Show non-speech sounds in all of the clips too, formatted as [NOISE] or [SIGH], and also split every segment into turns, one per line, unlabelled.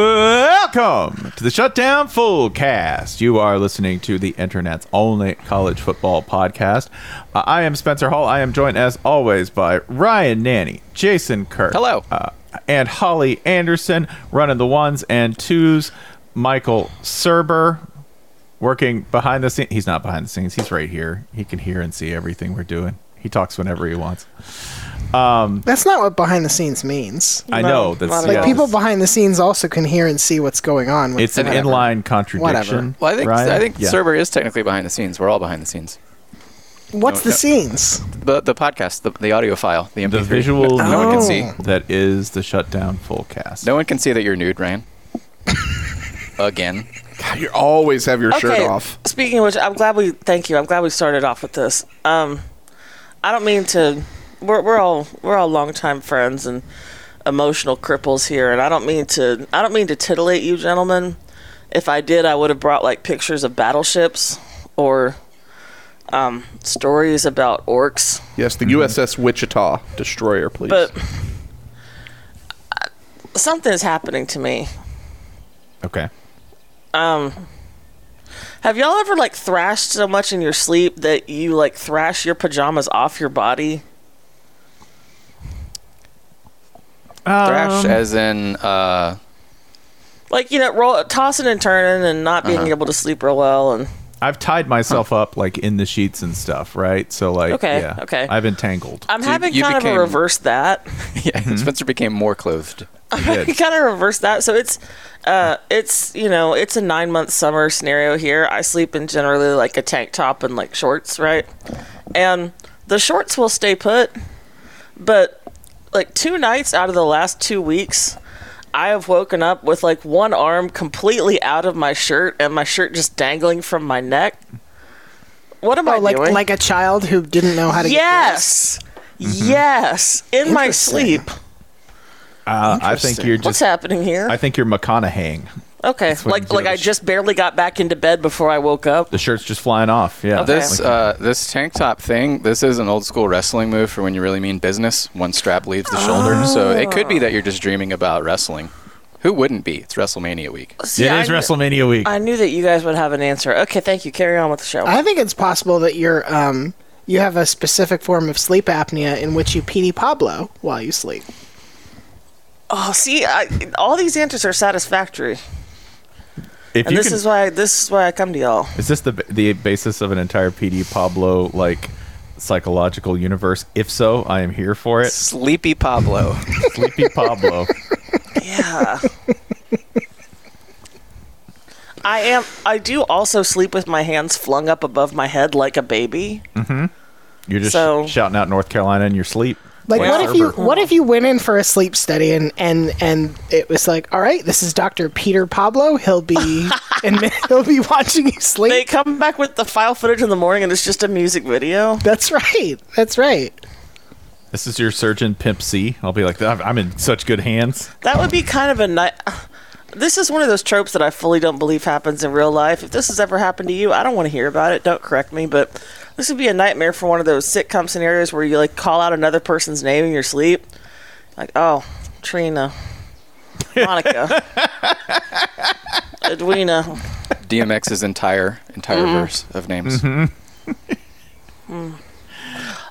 Welcome to the Shutdown Full Cast. You are listening to the internet's only college football podcast. Uh, I am Spencer Hall. I am joined, as always, by Ryan Nanny, Jason Kirk.
Hello.
Uh, and Holly Anderson, running the ones and twos. Michael Serber, working behind the scenes. He's not behind the scenes. He's right here. He can hear and see everything we're doing. He talks whenever he wants.
That's not what behind the scenes means.
I know. That's
Like
yeah,
people
it's-
behind the scenes also can hear and see what's going on. With
It's an
whatever.
inline contradiction.
Well, I think
Ryan?
I think
Yeah.
server is technically behind the scenes. We're all behind the scenes.
What's the
no.
scenes?
The the podcast, the, the audio file, the MP3.
the visual
No one
Oh.
can see.
that is the shutdown full cast.
No one can see that you're nude, Ryan. Again.
You always have your shirt off.
Speaking of which, I'm glad we thank you. I'm glad we started off with this. Um, I don't mean to. We're we're all we're all longtime friends and emotional cripples here, and I don't mean to. I don't mean to titillate you, gentlemen. If I did, I would have brought like pictures of battleships or um, stories about orcs.
Yes,
Mm-hmm.
the USS Wichita destroyer, please.
But I- something is happening to me.
Okay.
Have y'all ever like thrashed so much in your sleep that you like thrash your pajamas off your body?
Thrash as in uh [LAUGHS]
like you know roll, tossing and turning and not being
Uh-huh.
able to sleep real well and
I've tied myself up like in the sheets and stuff, right? So like,
Okay,
yeah,
okay.
I've entangled.
i'm
So
having
you
kind of
became-
a reverse that
yeah,
Mm-hmm.
Spencer became more clothed.
You
[LAUGHS]
did.
kind of reverse that so it's uh it's you know it's a nine month summer scenario here i sleep in generally like a tank top and like shorts right and the shorts will stay put but like two nights out of the last two weeks I have woken up with like one arm completely out of my shirt and my shirt just dangling from my neck. What am I
Oh, like
doing?
like a child who didn't know how to.
Yes. Yes. In my
Interesting.
sleep.
Uh, I think you're
What's
just.
happening here?
I think you're McConaughey.
okay.
what
Like
I'm
like I
doing.
just barely got back into bed before I woke up.
The shirt's just flying off. Yeah.
This
Like,
uh, this tank top thing, this is an old school wrestling move for when you really mean business. One strap leaves the shoulder. So it could be that you're just dreaming about wrestling. Who wouldn't be? It's WrestleMania week.
See,
it
I
is
kn-
WrestleMania week.
I knew that you guys would have an answer. Okay, thank you. Carry on with the show.
I think it's possible that you're um you have a specific form of sleep apnea in which you PD Pablo while you sleep.
oh, see, I, all these answers are satisfactory,
if
and
you
this
can,
is why this is why I come to y'all.
is this the the basis of an entire PD Pablo like psychological universe? If so, I am here for
[LAUGHS]
it.
Sleepy Pablo.
Sleepy Pablo.
Yeah. I am. I do also sleep with my hands flung up above my head like a baby.
Mm-hmm. You're just
So-
shouting out North Carolina in your sleep.
Like
Well,
what if you what if you went in for a sleep study and and and it was like all right this is Dr. Peter Pablo he'll
[LAUGHS]
be and he'll be watching you sleep.
They come back with the file footage in the morning, and it's just a music video.
That's right. That's right.
This is your surgeon, Pimp C. I'll be like, I'm I'm in such good hands.
That would be kind of a night. This is one of those tropes that I fully don't believe happens in real life. If this has ever happened to you, I don't want to hear about it. Don't correct me, but this would be a nightmare for one of those sitcom scenarios where you like call out another person's name in your sleep, like oh, Trina,
[LAUGHS]
Monica, Edwina.
DMX's entire entire verse of names.
Mm-hmm.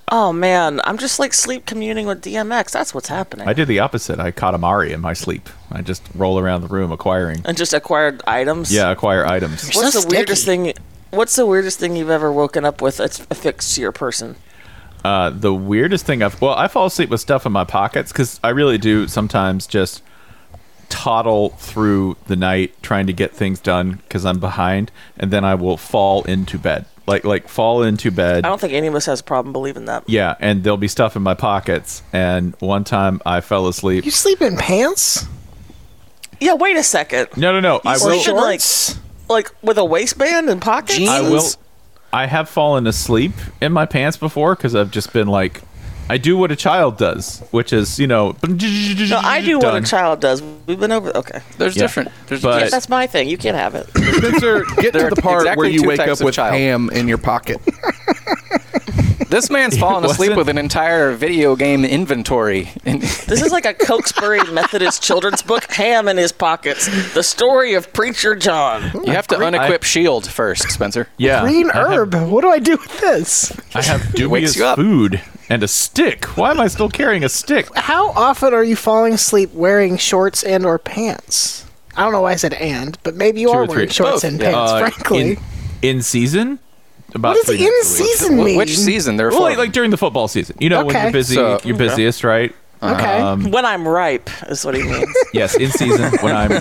Oh man, I'm just like sleep communing with DMX. That's what's happening.
I did the opposite. I caught Amari in my sleep. I just roll around the room acquiring.
and just acquired items.
Yeah, acquire items.
You're
What's
so
the weirdest
sticky.
thing? What's the weirdest thing you've ever woken up with that's affixed to your person?
Uh, the weirdest thing I've well, I fall asleep with stuff in my pockets because I really do sometimes just toddle through the night trying to get things done because I'm behind, and then I will fall into bed, like like fall into bed.
I don't think any of us has a problem believing that.
Yeah, and there'll be stuff in my pockets. And one time I fell asleep.
You sleep in pants?
Yeah, wait a second.
No, no, no. I
You
will.
should, like, like with a waistband and pockets.
Jeans?
I will. I have fallen asleep in my pants before because I've just been like, I do what a child does, which is you know.
No, I do what
done.
a child does. We've been over. Okay,
There's
Yeah.
different. There's
But-
different-
that's my thing. You can't have it.
[LAUGHS] Spencer, get
There
to
are
the part
exactly
where you
two
wake
types
up
of
with
child.
ham in your [LAUGHS] pocket.
[LAUGHS]
this man's fallen asleep
wasn't-
with an entire video game inventory. And
This is like a Cokesbury Methodist children's book. Ham in his pockets. The story of Preacher John.
you have to unequip Shield E first, Spencer.
Yeah,
Green
I have-
herb. What do I do with this?
I have dubious
wakes you up.
food and a stick. Why am I still carrying a stick?
How often are you falling asleep wearing shorts and or pants? I don't know why I said and, but maybe you
Two
are
or three.
wearing shorts
Both,
and
yeah.
pants,
Uh,
frankly.
in, in season, about
what does
three nights
in
a week.
season mean?
Wh- Which season? There are
Well,
four.
like, like during the football season, you know, when
Okay.
you're busy,
So-
you're busiest, right?
Okay.
Um,
When I'm ripe is what
[LAUGHS]
he means.
Yes, in season when I'm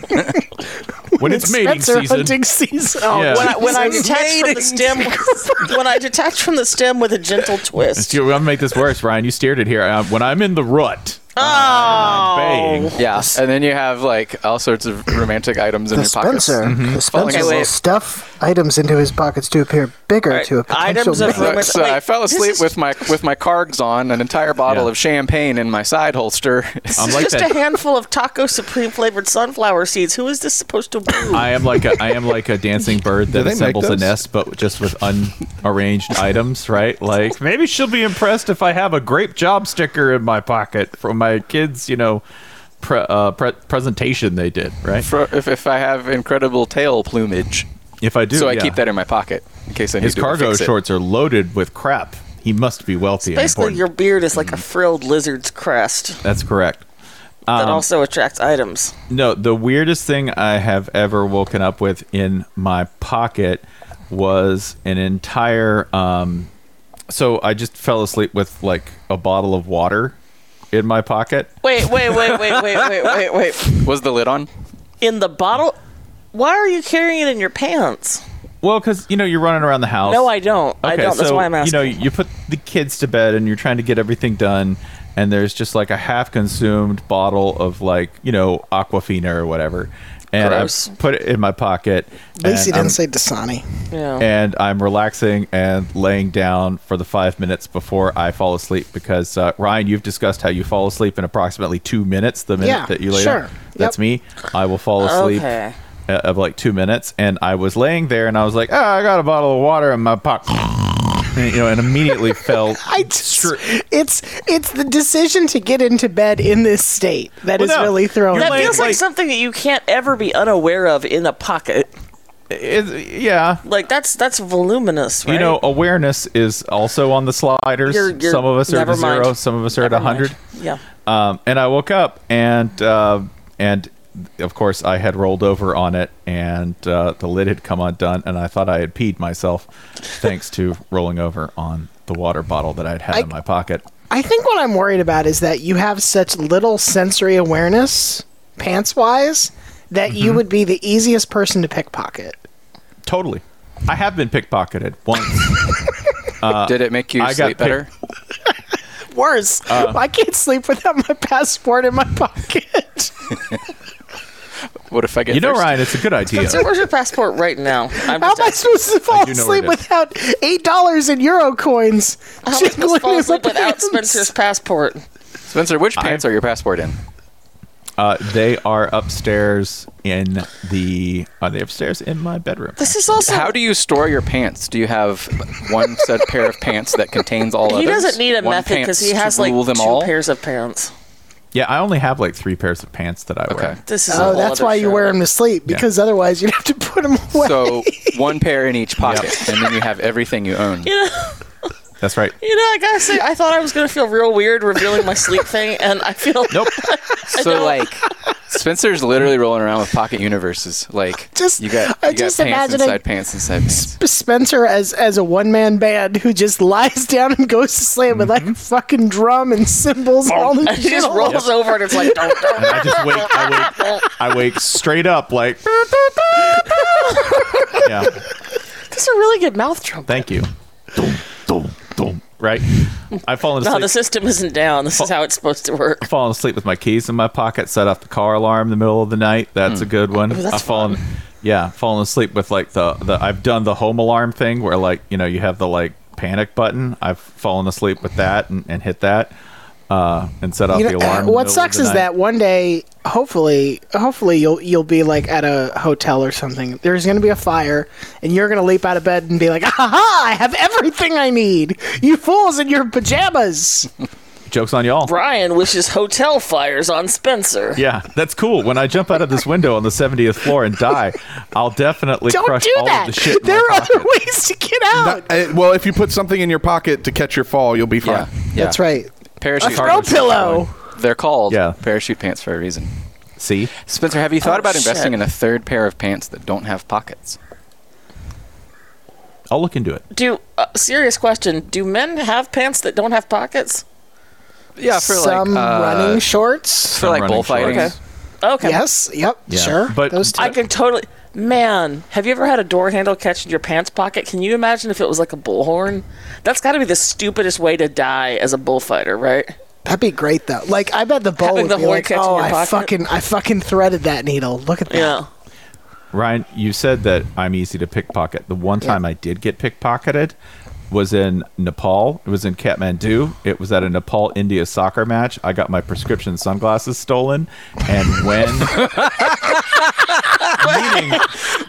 when it's mating
Spencer
season.
hunting season.
[LAUGHS]
Oh,
Yeah.
When I, when I
Jesus.
detach from the stem, [LAUGHS] when I detach from the stem with a gentle twist.
Dude, I'm gonna make this worse, Ryan. You steered it here. Uh, when I'm in the rut, I'm
Oh,
baying.
yeah, and then you have like all sorts of romantic items in
The
your pockets.
Spencer,
[LAUGHS]
Mm-hmm.
the
Falling
Spencer will
asleep.
stuff items into his pockets to appear bigger to a potential.
Items
[LAUGHS]
of
mate.
romance-
So
Wait,
I fell
this
asleep
is-
with my with my cards on, an entire bottle
Yeah. Um,
of champagne in my side holster. [LAUGHS]
I'm
It's
like
just
that.
a handful of taco supreme flavored sunflower seeds. Who is this supposed to woo?
I am like a I am like a dancing bird that
they make
assembles a
those?
nest, but just with unarranged items, right? Like maybe she'll be impressed if I have a grape job sticker in my pocket from my kids, you know, pre- uh, pre- presentation they did, right?
For, if, if I have incredible tail plumage,
If I do,
so I
yeah.
keep that in my pocket in case I need
His
to
cargo
fix it.
shorts are loaded with crap. He must be wealthy. and
Basically,
important.
your beard is like a frilled lizard's crest
That's correct.
that also attracts items.
No, the weirdest thing I have ever woken up with in my pocket was an entire. Um, so I just fell asleep with like a bottle of water in my pocket.
Wait, wait, wait, wait, wait, wait, wait, wait.
Was the lid on?
[LAUGHS] In the bottle? Why are you carrying it in your pants?
Well, because you know you're running around the house.
No, I don't. I
Okay,
don't.
So,
That's why I'm asking.
You know, you put the kids to bed and you're trying to get everything done, and there's just like a half consumed bottle of like, you know, Aquafina or whatever. And
Gross.
I put it in my pocket.
At least he
and um,
didn't
I'm-
say Dasani.
yeah.
and I'm relaxing and laying down for the five minutes before I fall asleep because uh, Ryan, you've discussed how you fall asleep in approximately two minutes. The minute
Yeah,
that you lay
sure.
down, that's
Yep.
me. I will fall asleep
Okay.
uh, of like two minutes, and I was laying there and I was like, oh, I got a bottle of water in my pocket, [LAUGHS] And, you know, and
[LAUGHS]
immediately fell.
I just,
stri-
it's it's the decision to get into bed in this state that
Well,
is
no,
really throwing.
you're
That
me.
like-
feels like, something that you can't ever be unaware of in a pocket.
It- yeah.
Like that's that's voluminous, right?
You know, awareness is also on the sliders.
You're- you're-
some of us are
never
at zero,
mind.
some of us are at
Never
at
mind.
hundred.
Yeah.
Um, and I woke up and uh, and of course I had rolled over on it and uh, the lid had come undone and I thought I had peed myself thanks to rolling over on the water bottle that I'd had in my pocket.
I think what I'm worried about is that you have such little sensory awareness, pants wise, that you
Mm-hmm.
would be the easiest person to pickpocket.
Totally. I have been pickpocketed once.
Did it make you
Uh, I got
sleep better?
Worse,
Uh.
I can't sleep without my passport in my
[LAUGHS]
pocket.
What if I get
you know,
thirsty?
Ryan, it's a good idea.
So where's your passport right now? I'm
How am I
asking.
supposed to fall
do know where
asleep
it is.
without eight dollars in euro coins?
How am I supposed to
jingling
fall
in
asleep
my
without
pants?
Spencer's passport?
Spencer, which pants are your passport in?
Uh, they are upstairs in the. Are they upstairs in my bedroom?
This is also
How do you store your pants? Do you have one set pair of pants that contains all others?
he doesn't need a
One
method because
pants
he
to
has like
rule them
two
all?
pairs of pants.
Yeah, I only have like three pairs of pants that I
Okay.
wear.
This is a
Oh,
whole
that's
other
why you
show.
wear them to sleep because otherwise you'd have to put them
[LAUGHS]
away.
So one pair in each pocket, and then you have everything you own.
You know,
That's right.
you know, I gotta say, I thought I was gonna feel real weird revealing my sleep thing, and I feel
Nope.
So like, Spencer's literally rolling around with pocket universes.
[LAUGHS]
Like
Just-
you got,
I
you got
just
pants
imagining-
inside pants inside pants.
Spencer as as a one man band who just [LAUGHS] lies down and goes to slam with like a fucking drum and cymbals and all
[LAUGHS]
this
He
shit.
just
all
rolls over and it's like, don't, don't.
I just wake. I wake. I wake straight up like. yeah.
That's a really good mouth trumpet.
Thank you. Dum, dum, dum. Right. I've fallen asleep.
No, the system isn't down. This is how it's supposed to work.
fallen asleep with my keys in my pocket. Set off the car alarm in the middle of the night. That's a good one.
Hmm. that's
I've fallen. Yeah, fallen asleep with like the the. I've done the home alarm thing where like you know you have the like panic button. I've fallen asleep with that and, and hit that. Uh, and set off
You
the
know,
alarm. in the middle
what
of
sucks
the
is
night.
that one day, hopefully, hopefully you'll you'll be like at a hotel or something. There's going to be a fire, and you're going to leap out of bed and be like, "Aha! I have everything I need! You fools in
[LAUGHS]
your pajamas!"
jokes on y'all.
Brian wishes hotel fires on Spencer.
Yeah, that's cool. When I jump out of this window on the 70th floor and die, I'll definitely
Don't
crush
do
all
that.
of the shit. in my
[LAUGHS] there are
pocket.
other ways to get out.
Uh, well, if you put something in your pocket to catch your fall, you'll be fine.
Yeah, yeah.
That's right.
Parachute
Throw pillow.
They're called
Yeah.
parachute pants for a reason.
See,
Spencer, have you thought
Oh,
about
shit.
investing in a third pair of pants that don't have pockets?
I'll look into it.
Do uh, serious question? Do men have pants that don't have pockets?
Yeah,
Some
uh,
running shorts.
for like
uh, running shorts.
bullfighting.
Okay.
Okay,
Yes. Yep.
Yeah,
Sure.
but
Those two.
I can totally. Man, have you ever had a door handle catch in your pants pocket? Can you imagine if it was like a bullhorn? That's got to be the stupidest way to die as a bullfighter, right?
That'd be great though. Like I bet the bowl
Having
would
the
be
horn
like,
catch in
"Oh,
your
I
pocket."
fucking, I fucking threaded that needle. Look at that."
Yeah.
Ryan, you said that I'm easy to pickpocket. The one time I did get pickpocketed was in Nepal. It was in Kathmandu. It was at a Nepal India soccer match. I got my prescription sunglasses stolen, and
[LAUGHS]
when meaning,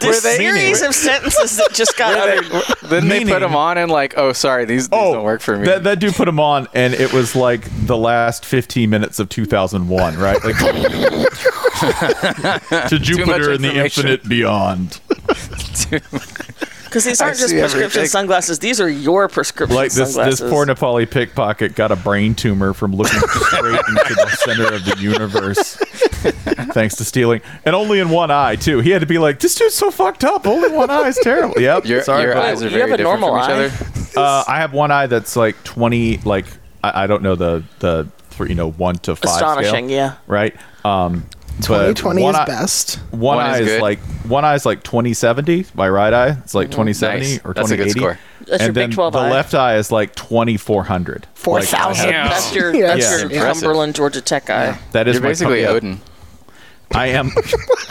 The series of sentences that just got uttered.
[LAUGHS]
Then they
Meaning-
put them on and like, oh, sorry, these, these don't work for me.
That, that dude put him on, and it was like the last 15 minutes of 2001, right?
[LAUGHS]
Like to Jupiter and the
information.
infinite beyond.
Because these aren't just
see
prescription
everything.
sunglasses; these are your prescription
Like this,
sunglasses.
this poor Nepali pickpocket got a brain tumor from looking straight into the center of the universe, thanks to stealing, and only in one eye too. He had to be like, "This dude's so fucked up. Only one eye is terrible." Yep,
your
sorry,
your
but-
eyes are
You
very
have a
different
normal
from
eye.
each
Uh,
other.
I have one eye that's like twenty, like I, I don't know the the thr- you know one to five. scale,
Astonishing, yeah.
Right. Um, but
2020
one
is
eye-
best.
One,
One is
eye is,
good. Mm,
like one eye is like twenty seventy. My right eye, it's like twenty seventy
Nice.
or
That's a
twenty
good
eighty.
score.
That's your
and
Big
then
12
the
eye.
left eye is like twenty four hundred.
Four thousand.
That's your
Yeah.
that's
Yeah.
your
Impressive.
Cumberland, Georgia Tech guy.
That is
You're
my
basically
yeah.
Odin.
I
[LAUGHS]
am.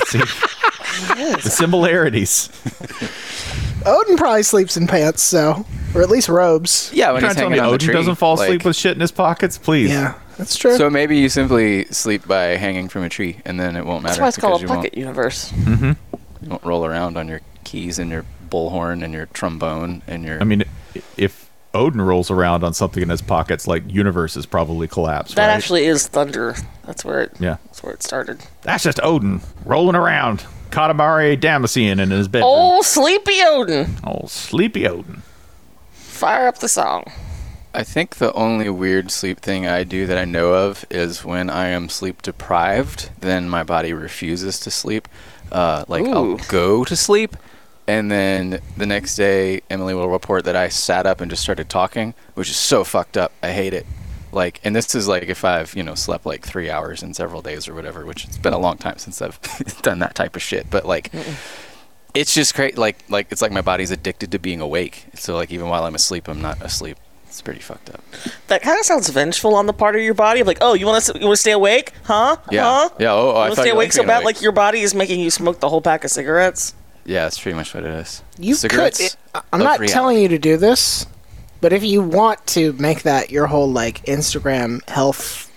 See, the similarities.
Odin probably sleeps in pants, so or at least robes.
Yeah, when
Trying
he's
to tell
hanging
me
on the
Odin
tree,
doesn't fall asleep
like-
with shit in his pockets, please.
Yeah, that's true.
So maybe you simply sleep by hanging from a tree, and then it won't matter
That's why it's
because
called a
you
pocket universe.
won't, you won't roll around on your keys and your bullhorn and your trombone and your.
I mean, i- if Odin rolls around on something in his pockets, like universe is probably collapsed.
That
right?
actually is thunder. That's where it.
Yeah.
That's where it started.
That's just Odin rolling around, Katamari Damacian in his bedroom.
Oh, sleepy Odin,
Oh, sleepy Odin.
fire up the song.
I think the only weird sleep thing I do that I know of is when I am sleep deprived, then my body refuses to sleep. Uh, like I'll
Ooh.
go to sleep, and then the next day Emily will report that I sat up and just started talking, which is so fucked up. I hate it. Like, and this is like if I've you know slept like three hours in several days or whatever, which it's been a long time since I've [LAUGHS] done that type of shit. But like, it's just great. Like, like it's like my body's addicted to being awake. So like even while I'm asleep, I'm not asleep. It's pretty fucked up.
That kind of sounds vengeful on the part of your body. Like, oh, you want to you want to stay awake, huh?
Yeah.
Huh?
Yeah. Oh, oh, I
you want
thought
to stay
you
awake
liked
so
being
bad,
awake.
like your body is making you smoke the whole pack of cigarettes.
Yeah, that's pretty much what it is.
you
Cigarettes Oh,
could. I'm
of
not
reality.
telling you to do this, but if you want to make that your whole like Instagram health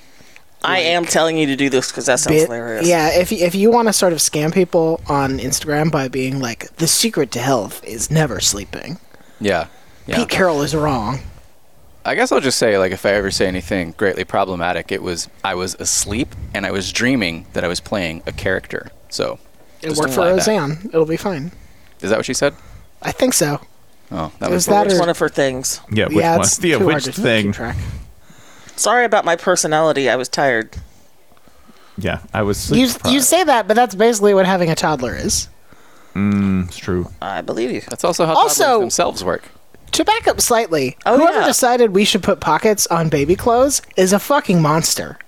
I am telling you to do this because that sounds
bit,
hilarious.
yeah. If you- if you want to sort of scam people on Instagram by being like, the secret to health is never sleeping.
Yeah. Yeah.
Pete Carroll is wrong.
I guess I'll just say, like, if I ever say anything greatly problematic, it was I was asleep and I was dreaming that I was playing a character. So
It
just
worked for
apply that.
Roseanne. It'll be fine.
Is that what she said?
I think so.
Oh, that
It was
was,
that
the
It's
worst.
one of her things.
Yeah, which
yeah,
one?
it's
Yeah,
too
which
hard to
thing?
keep track.
Sorry about my personality. I was tired.
Yeah, I was. Sleep
You you
deprived.
say that, but that's basically what having a toddler is.
It's true.
I believe you.
That's also how
Also-
toddlers themselves work.
To back up slightly,
Oh,
whoever
yeah.
decided we should put pockets on baby clothes is a fucking monster.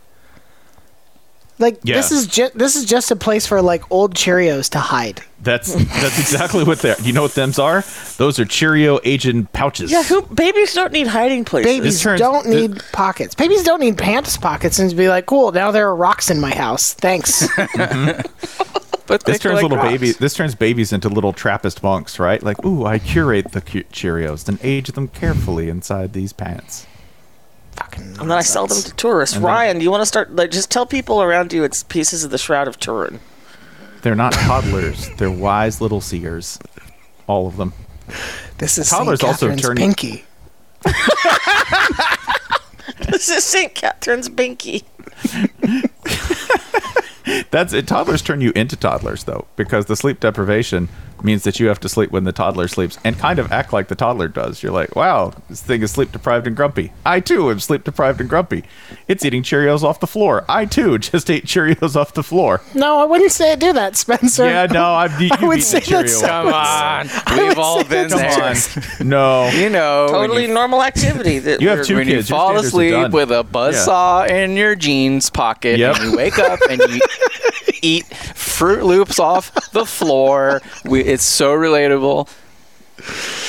Like
Yeah.
this is just this is just a place for like old Cheerios to hide.
That's that's exactly what they're. You know what them's are? Those are Cheerio agent pouches.
Yeah, who babies don't need hiding places.
Babies
turns-
don't
this-
need pockets. Babies don't need pants pockets and be like, cool. Now there are rocks in my house.
[LAUGHS]
Thanks.
But
This turns
they collect
little
rocks.
babies. This turns babies into little Trappist monks, right? Like, ooh, I curate the cu- Cheerios, then age them carefully inside these pants.
fucking.
And then I sell them to tourists. Ryan, do you want to start? Like, just tell people around you it's pieces of the Shroud of Turin. [LAUGHS]
They're not toddlers. they're wise little seers, all of them.
This is
Toddlers
St.
also
Catherine's
turn-
pinky.
this is St. Catherine's Binky.
That's it. Toddlers turn you into toddlers, though, because the sleep deprivation means that you have to sleep when the toddler sleeps and kind of act like the toddler does. You're like, wow, this thing is sleep deprived and grumpy. I too am sleep deprived and grumpy. It's eating Cheerios off the floor. I too [LAUGHS] just ate Cheerios off the floor.
[LAUGHS] No, I wouldn't say I do that, [LAUGHS] Spencer.
yeah, no, I'm. You,
I would
eat
say
the
that's
Cheerio.
so-
[LAUGHS] Come on. We've all been
Come
there.
on. No.
You know, when
Totally
Oh, you-
normal
[LAUGHS]
activity. That
You have
we're-
two
when you
kids, your
fall
standards are
asleep
done.
with a buzzsaw in your jeans pocket
Yep.
and you wake up
[LAUGHS]
and you eat fruit loops off the floor we, it's so relatable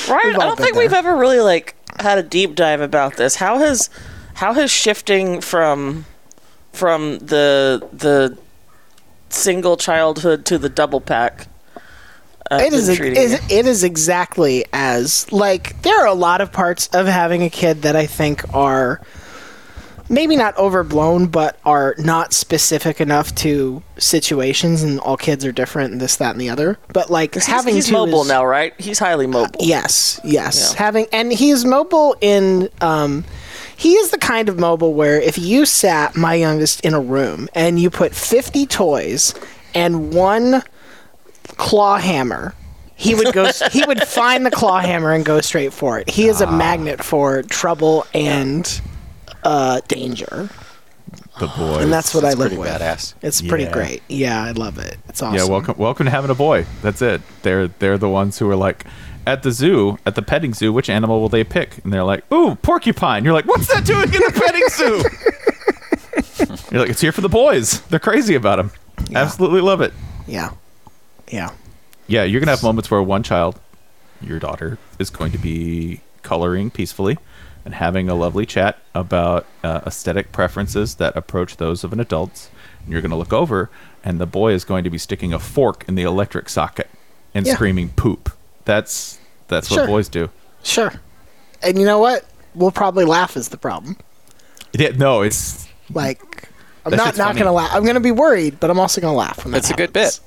Ryan,
We've all
I don't
been
think
there.
we've ever really like had a deep dive about this. How has how has shifting from from the the single childhood to the double pack? Uh,
it is,
been
ex-
treating you?
is it is exactly as like there are a lot of parts of having a kid that I think are maybe not overblown but are not specific enough to situations and all kids are different and this that and the other but like
He's,
having
he's
to
mobile
is- Uh,
now, right? He's highly mobile.
Yes, yes.
Yeah.
Having and he's mobile in um he is the kind of mobile where if you sat my youngest in a room and you put 50 toys and one claw hammer he would go he would find the claw hammer and go straight for it. He is a magnet for trouble and uh danger.
The boy.
And that's what I live
pretty
with.
badass
It's pretty
Yeah.
great. Yeah, I love it. It's awesome.
Yeah, welcome, welcome to having a boy. That's it. They're they're the ones who are like at the zoo, at the petting zoo. Which animal will they pick? And they're like, "Ooh, porcupine." You're like, "What's that doing in the petting zoo?" You're like, "It's here for the boys. They're crazy about him. Absolutely love it."
Yeah. Yeah.
Yeah, you're gonna have moments where one child, your daughter, is going to be coloring peacefully and having a lovely chat about uh, aesthetic preferences that approach those of an adult's. And you're gonna look over, and the boy is going to be sticking a fork in the electric socket and
Yeah.
screaming "poop." That's that's
Sure.
what boys do.
Sure. And you know what? We'll probably laugh is the problem.
Yeah, no, it's
Like, I'm
That
not
shit's
not
funny.
gonna laugh. I'm gonna be worried, but I'm also gonna laugh when that
it's a good
happens.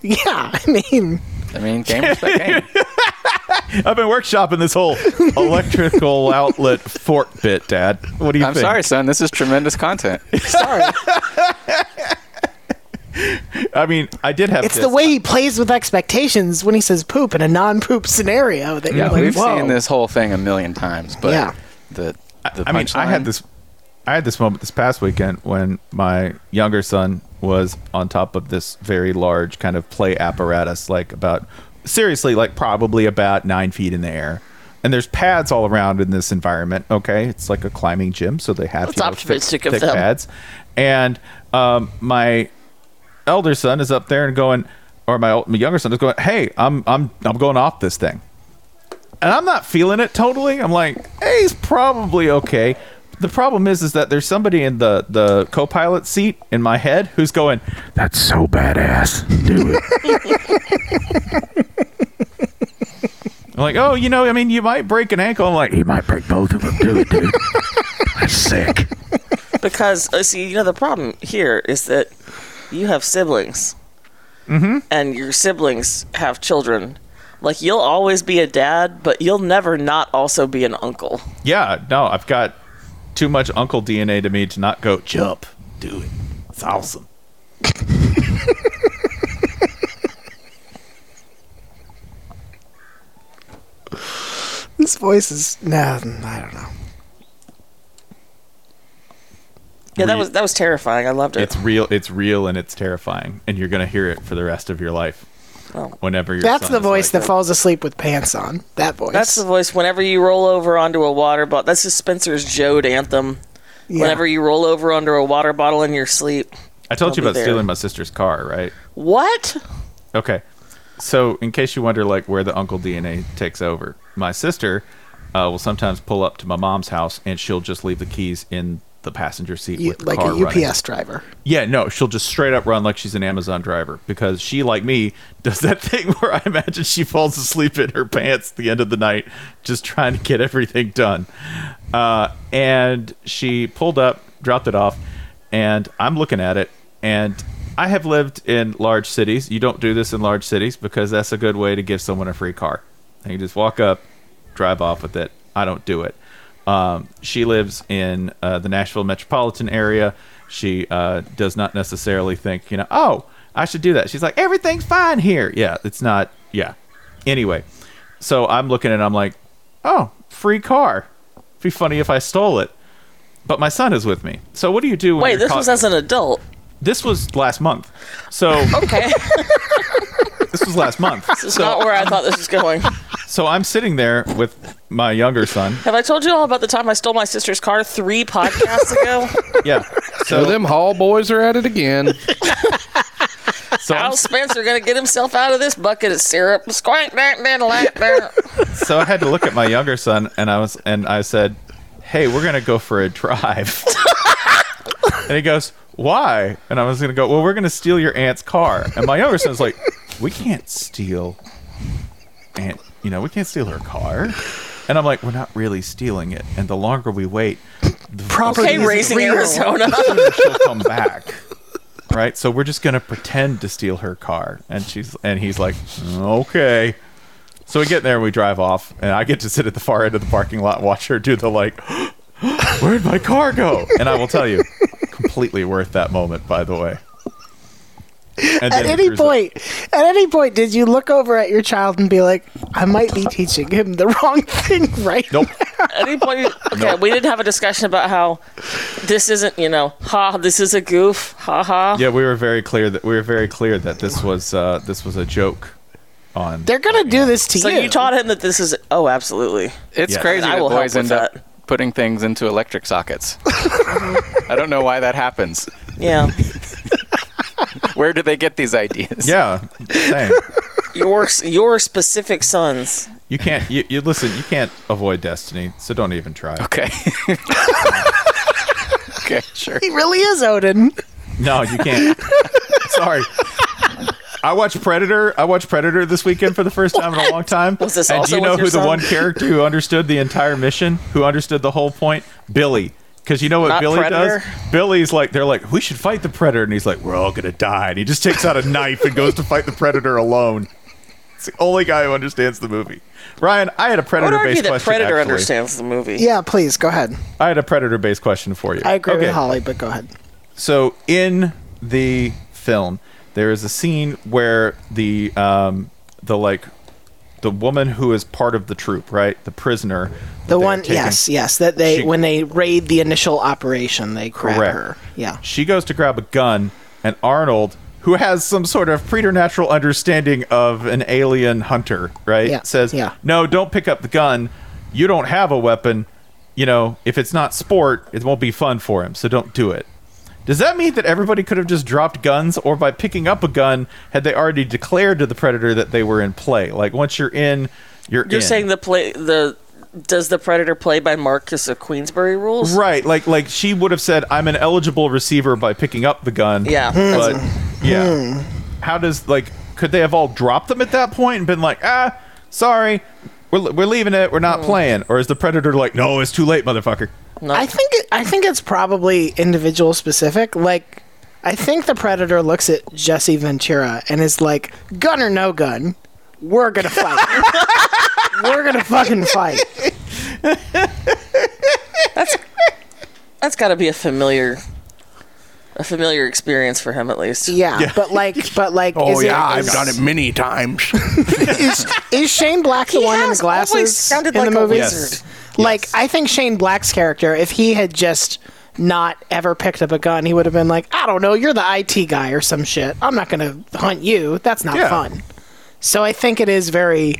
bit
[LAUGHS] Yeah, I mean,
[LAUGHS]
i mean game respect game
I've been workshopping this whole electrical outlet fork bit, Dad. What do you
i'm
think?
sorry son this is tremendous content
sorry.
I mean, I did have
it's the
this.
way he plays with expectations when he says poop in a non-poop scenario that
yeah
you're like,
we've
whoa.
seen this whole thing a million times but
Yeah.
the, the
I mean, I
punchline-
had this, I had this moment this past weekend when my younger son was on top of this very large kind of play apparatus, like about seriously, like probably about nine feet in the air. And there's pads all around in this environment. Okay, it's like a climbing gym, so they have
That's
you know,
optimistic
thick,
of
thick
them.
pads. And um, my elder son is up there and going, or my, ol- my younger son is going, "Hey, I'm I'm I'm going off this thing." and I'm not feeling it totally. I'm like, hey, he's probably okay. The problem is, is that there's somebody in the the co-pilot seat in my head who's going, "That's so badass, do it." I'm like, oh, you know, I mean, you might break an ankle. I'm like, he might break both of them, do it, dude. That's sick.
Because uh, see, you know the problem here is that you have siblings, mm-hmm. and your siblings have children. Like you'll always be a dad, but you'll never not also be an uncle.
Yeah, no, I've got too much uncle DNA to me to not go jump, do it. It's awesome.
This voice is no, I don't know.
Yeah, that was that was terrifying. I loved it.
It's real. It's real, and it's terrifying, and you're gonna hear it for the rest of your life.
Well,
Whenever your
That's
son
the
is
voice
like,
that falls asleep with pants on. That voice.
That's the voice whenever you roll over onto a water bottle. That's just Spencer's Jode anthem.
Yeah.
Whenever you roll over under a water bottle in your sleep.
I told you
I'll be
about
there.
stealing my sister's car, right?
What?
Okay. So, in case you wonder, like where the uncle DNA takes over, my sister uh, will sometimes pull up to my mom's house, and she'll just leave the keys in the passenger seat
You-
with the
like
car
a UPS
running.
driver.
Yeah, no, she'll just straight up run like she's an Amazon driver because she, like me, does that [LAUGHS] thing where I imagine she falls asleep in her pants at the end of the night, just trying to get everything done. Uh, and she pulled up, dropped it off, and I'm looking at it. And I have lived in large cities. You don't do this in large cities because that's a good way to give someone a free car. You just walk up, drive off with it. I don't do it. Um, she lives in uh, the Nashville metropolitan area. She uh, does not necessarily think, you know, oh, I should do that. She's like, everything's fine here. Yeah, it's not. Yeah. Anyway, so I'm looking and I'm like, oh, free car. Be funny if I stole it. But my son is with me. So what do you do? When
Wait,
you're
this
caught-
was as an adult.
this was last month. So
[LAUGHS] Okay.
[LAUGHS] this was last month.
It's
So,
not where I thought [LAUGHS] this was going. Have
so I'm sitting there with my younger son.
I told you all about the time I stole my sister's car three podcasts
[LAUGHS]
ago? [LAUGHS]
Yeah. So
So them Hall boys are at it again.
so I'm
How's Spencer gonna get himself out of this bucket of syrup? Squank, dang, dang, dang,
[LAUGHS]
dang.
so I had to look at my younger son, and I was, and I said, "Hey, we're gonna go for a drive." [LAUGHS] and he goes, "Why?" And I was gonna go, "Well, we're gonna steal your aunt's car." And my younger son's like, "We can't steal, aunt. You know, we can't steal her car." And I'm like, "We're not really stealing it." And the longer we wait,
Property
Hey,
is
racing
[LAUGHS]
real.
Arizona.
she'll come back. Right? So we're just gonna pretend to steal her car. And she's and he's like, Okay. So we get there and we drive off and I get to sit at the far end of the parking lot and watch her do the like [GASPS] Where'd my car go? And I will tell you, completely worth that moment, by the way. And
At
then
any
there's a-
point, at any point, did you look over at your child and be like, "I might be teaching him the wrong thing right
Nope.
At any point, you- okay, we did have a discussion about how this isn't, you know, ha, this is a goof, ha ha.
Yeah, we were very clear that we were very clear that this was uh, this was a joke on
They're gonna do this to
So
you.
you taught him that this is oh absolutely.
[LAUGHS] It's
Yeah.
crazy
I
that
will help
boys
with
end
that.
up putting things into electric
[LAUGHS]
sockets. I don't know why that happens.
[LAUGHS]
Yeah.
Where do they get these ideas?
Yeah. Same.
Your your specific sons.
You can't you, you listen, you can't avoid destiny, so don't even try.
Okay. [LAUGHS] okay, sure.
he really is Odin.
No, you
[LAUGHS]
can't. Sorry. I watched Predator. I watched Predator this weekend for the first time in a long time.
Was this
and
also
do you know
with your
who the
son?
one character who understood the entire mission, who understood the whole point? Billy. Because you know what
Not
Billy
Predator?
does? Billy's like, they're like, we should fight the Predator. And he's like, we're all going to die. And he just takes out a knife and goes to fight the Predator alone. It's the only guy who understands the movie. Ryan, I had a
I would
Predator
argue
based
that
question.
Predator
actually.
understands the movie.
Yeah, please go ahead.
I had a Predator based question for you.
I agree
Okay.
with Holly, but go ahead.
So in the film, there is a scene where the um, the like the woman who is part of the troop, right? The prisoner. that
The
they are
one,
taking-
yes, yes, that they
She-
when they raid the initial operation, they grab
Correct.
her. Yeah,
She goes to grab a gun, and Arnold, who has some sort of preternatural understanding of an alien hunter, right?
Yeah,
Says,
yeah.
No, don't pick up the gun. You don't have a weapon. You know, if it's not sport, it won't be fun for him, so don't do it. Does that mean that everybody could have just dropped guns, or by picking up a gun, had they already declared to the predator that they were in play? Like, once you're in, you're
You're
in.
saying the play the does the Predator play by Marcus of Queensbury rules?
Right, like like she would have said, "I'm an eligible receiver by picking up the gun."
Yeah. Hmm.
but
Hmm.
yeah, how does like could they have all dropped them at that point and been like, "Ah, sorry, we're we're leaving it, we're not
Hmm.
playing," or is the predator like, "No, it's too late, motherfucker."
I think it, I think it's probably individual specific. Like, I think the predator looks at Jesse Ventura and is like, "Gun or no gun, we're gonna fight. we're gonna fucking fight."
That's got to be a familiar a familiar experience for him at least.
Yeah, but like, but like,
Oh
is
yeah,
it,
I've
is-
done it many times. [LAUGHS]
is is Shane Black the
He
one in the
has always
glasses
sounded
in
like
the
a
movie?
wizard. Yes.
Like I think Shane Black's character, if he had just not ever picked up a gun, he would have been like, I don't know, you're the IT guy or some shit. I'm not going to hunt you. That's not
Yeah.
fun. So I think it is very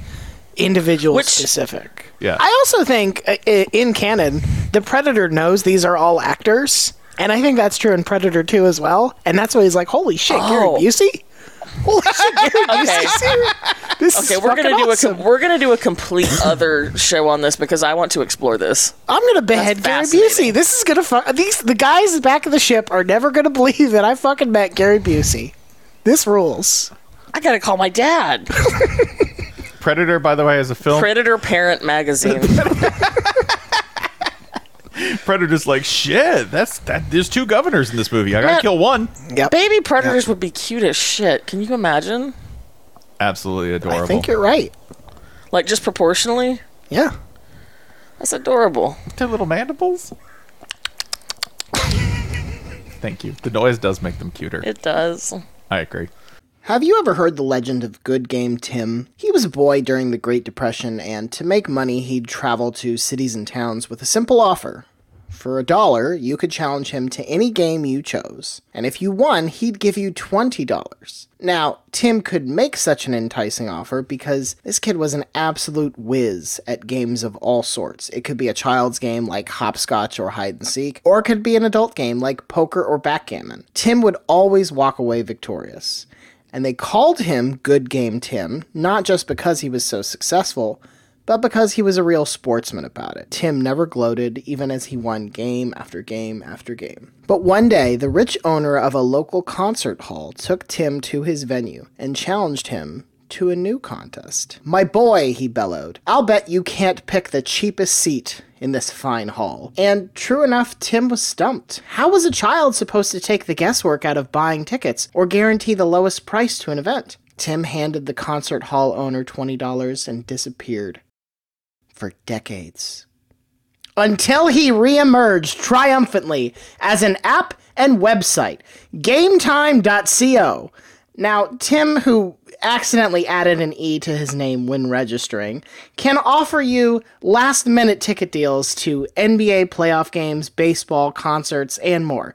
individual
Which-
specific.
Yeah.
I also think uh, i- in canon, the Predator knows these are all actors. And I think that's true in Predator 2 as well. And that's why he's like, holy shit,
Oh.
Gary Busey? Holy shit, Gary Busey's here? This
Okay,
is
we're
fucking
gonna do
awesome.
a com- we're gonna do
[LAUGHS]
a complete other show on this because I want to explore this.
I'm gonna behead Gary Busey.
fascinating.
This is gonna fu- these the guys back of the ship are never gonna [LAUGHS] believe that I fucking met Gary Busey. This rules.
I gotta call my dad.
Predator, by the way, is a film.
Predator Parent Magazine.
[LAUGHS]
Predator's like shit. That's that. There's two governors in this movie. I gotta
Matt-
kill one.
Yep.
Baby predators would be cute as shit. Can you imagine?
Absolutely adorable.
I think you're right.
Like just proportionally,
Yeah.
that's adorable.
Their little mandibles. Thank you. The noise does make them cuter.
It does.
I agree.
Have you ever heard the legend of Good Game Tim? He was a boy during the Great Depression, and to make money, he'd travel to cities and towns with a simple offer. For a dollar, you could challenge him to any game you chose, and if you won, he'd give you $20. Now, Tim could make such an enticing offer because this kid was an absolute whiz at games of all sorts. It could be a child's game like hopscotch or hide and seek, or it could be an adult game like poker or backgammon. Tim would always walk away victorious. And they called him Good Game Tim, not just because he was so successful, but because he was a real sportsman about it. Tim never gloated, even as he won game after game after game. But one day, the rich owner of a local concert hall took Tim to his venue and challenged him to a new contest. My boy, he bellowed, I'll bet you can't pick the cheapest seat in this fine hall. And true enough, Tim was stumped. How was a child supposed to take the guesswork out of buying tickets or guarantee the lowest price to an event? Tim handed the concert hall owner $20 and disappeared for decades. Until he reemerged triumphantly as an app and website, gametime.co. Now, Tim, who accidentally added an E to his name when registering, can offer you last minute ticket deals to NBA playoff games, baseball, concerts, and more.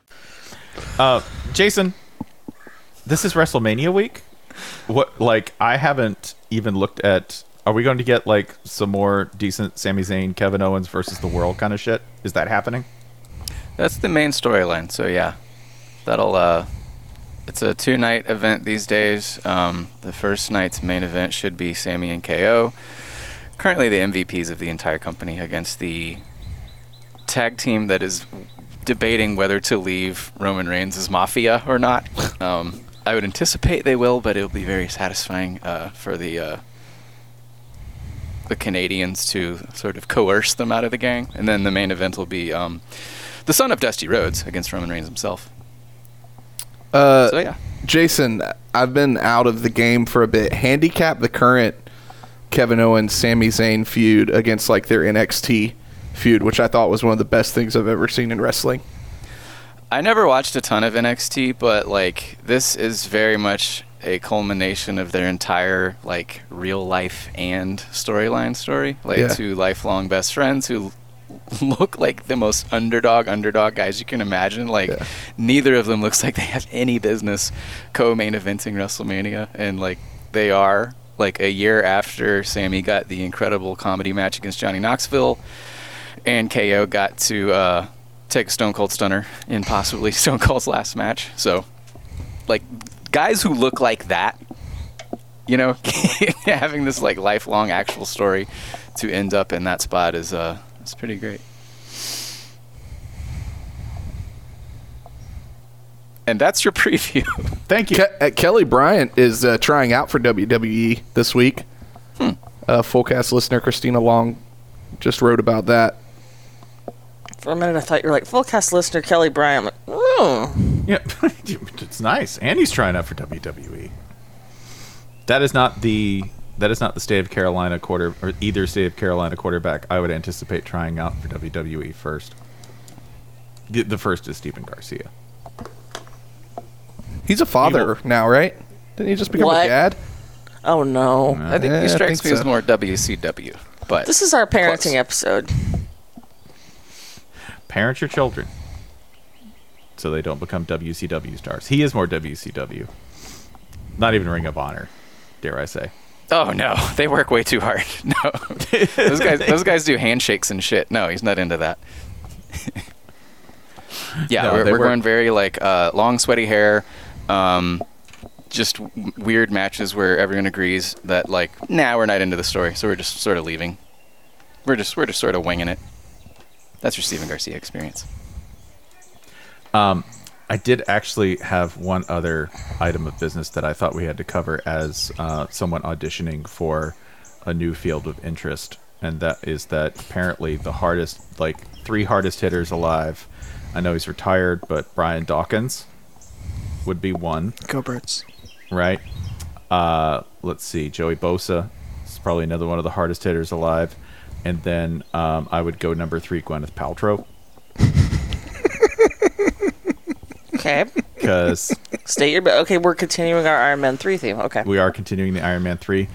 Jason, this is WrestleMania week. What like I haven't even looked at. Are we going to get like some more decent Sami Zayn, Kevin Owens versus the world kind of shit? Is that happening?
That's the main storyline. So yeah, that'll. uh It's a two-night event these days. Um, the first night's main event should be Sammy and KO. Currently, the MVPs of the entire company against the tag team that is debating whether to leave Roman Reigns as Mafia or not. Um, I would anticipate they will, but it'll be very satisfying uh, for the uh, the Canadians to sort of coerce them out of the gang. And then the main event will be um, the son of Dusty Rhodes against Roman Reigns himself.
Uh,
So yeah,
Jason, I've been out of the game for a bit. Handicap the current Kevin Owens, Sami Zayn feud against like their NXT feud, which I thought was one of the best things I've ever seen in wrestling.
I never watched a ton of NXT, but like this is very much a culmination of their entire like real life and storyline story. Like
Yeah.
two lifelong best friends who look like the most underdog underdog guys you can imagine. Like neither of them looks like they have any business co-main eventing WrestleMania, and like they are. Like a year after Sammy got the incredible comedy match against Johnny Knoxville, and KO got to uh, take Stone Cold Stunner in possibly [LAUGHS] Stone Cold's last match. So, like, guys who look like that, you know, [LAUGHS] having this like lifelong actual story to end up in that spot is uh, it's pretty great. And that's your [LAUGHS] preview.
Thank you.
Ke- uh, Kelly Bryant is uh, trying out for WWE this week. Hmm. Uh, full cast listener Christina Long just wrote about that.
For a minute, I thought you were like full cast listener Kelly Bryant. I'm like, ooh,
[LAUGHS] Yeah, it's nice. And he's trying out for WWE. That is not the that is not the state of Carolina quarter or either state of Carolina quarterback I would anticipate trying out for WWE first. The, the first is Stephen Garcia.
He's a father now, right? Didn't he just become
What?
a dad?
oh no.
I think
Yeah, I
he strikes
think
me as
so.
more WCW, but
This is our parenting
Close.
episode.
Parent your children so they don't become WCW stars. He is more WCW. Not even Ring of Honor, dare I say.
oh no, [LAUGHS] they work way too hard. [LAUGHS] No, those guys, those guys do handshakes and shit. No, he's not into that. [LAUGHS] yeah,
No,
we're,
they
we're
work-
going very like uh, long, sweaty hair. Um, just w- weird matches where everyone agrees that like, nah, we're not into the story, so we're just sort of leaving. We're just we're just sort of winging it. That's your Steven Garcia experience.
I did actually have one other item of business that I thought we had to cover as uh, someone auditioning for a new field of interest, and that is that apparently the hardest, like three hardest hitters alive. I know he's retired, but Brian Dawkins would be one,
Go Birds.
right? Uh, let's see, Joey Bosa is probably another one of the hardest hitters alive, and then um, I would go number three, Gwyneth Paltrow,
Okay,
because.
[LAUGHS] state your. Okay, we're continuing our Iron Man three theme. Okay,
we are continuing the Iron Man 3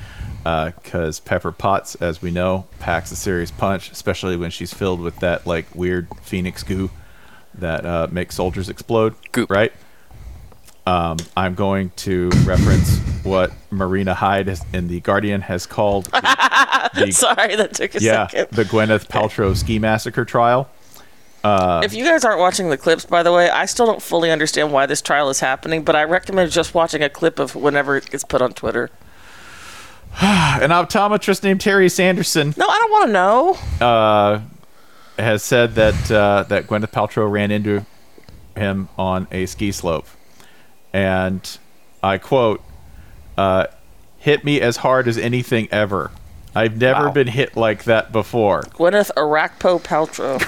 because Pepper Potts, as we know, packs a serious punch, especially when she's filled with that like weird phoenix goo that uh, makes soldiers explode.
Goop.
Right? Um, I'm going to reference what Marina Hyde has, in The Guardian has
[LAUGHS]
called the, the-
[LAUGHS] sorry that took a
yeah,
second.
the Gwyneth Paltrow ski massacre trial.
if you guys aren't watching the clips, by the way, I still don't fully understand why this trial is happening, but I recommend just watching a clip of whenever it gets put on Twitter.
An optometrist named Terry Sanderson
No, I don't want to know.
has said that uh, that Gwyneth Paltrow ran into him on a ski slope, and I quote, uh, "Hit me as hard as anything ever. I've never been hit like that before."
Gwyneth Arakpo Paltrow.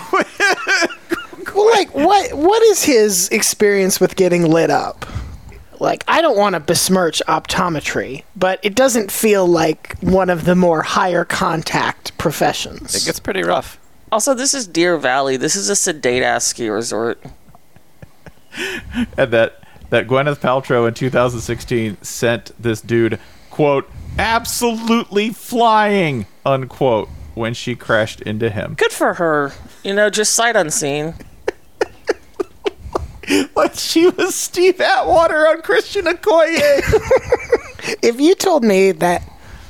Well, like what? What is his experience with getting lit up? Like, I don't want to besmirch optometry, but it doesn't feel like one of the more higher contact professions.
It gets pretty rough.
Also, this is Deer Valley. This is a sedate ass ski resort.
And that that Gwyneth Paltrow in 2016 sent this dude quote absolutely flying unquote when she crashed into [LAUGHS] him.
Good for her. You know, just sight unseen.
Like she was Steve Atwater on Christian Okoye.
if you told me that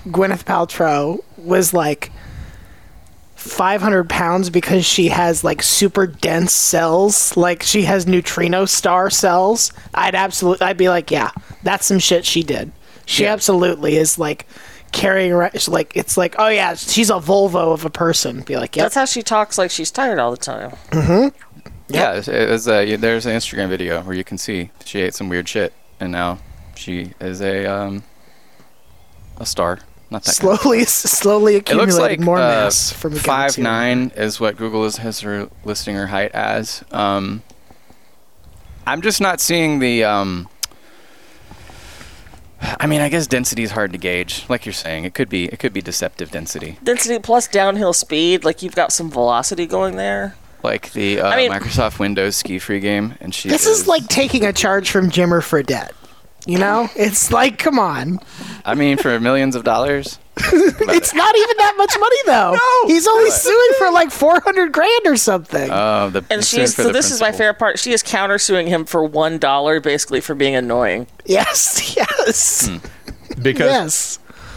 Gwyneth Paltrow was like 500 pounds because she has like super dense cells, like she has neutrino star cells, I'd absolutely, I'd be like, yeah, that's some shit she did. She absolutely is like carrying around, it's like, it's like, oh yeah, she's a Volvo of a person. Be like, yep.
That's how she talks like she's tired all the time.
Yeah, it was, uh, you- there's an Instagram video where you can see she ate some weird shit, and now she is a um, a star. Not that kind of-
slowly, slowly
It looks
accumulating
like
more
uh,
mass from a
five nine is what Google is has her listing her height as. Um, I'm just not seeing the. Um, I mean, I guess density is hard to gauge. Like you're saying, it could be it could be deceptive density,
Density plus downhill speed, like you've got some velocity going there.
like the uh,
I mean-
Microsoft Windows ski free game. And she
This is like taking a charge from Jimmer Fredette.
[LAUGHS]
You know, it's like, come on.
I mean, for millions of dollars.
It's not even that much money though. no, he's only suing for like four hundred grand or something.
Uh, the
And she's so this is my
favorite.
favorite part. She is countersuing him for one dollar basically for being annoying.
yes, [LAUGHS] yes,
because
yes.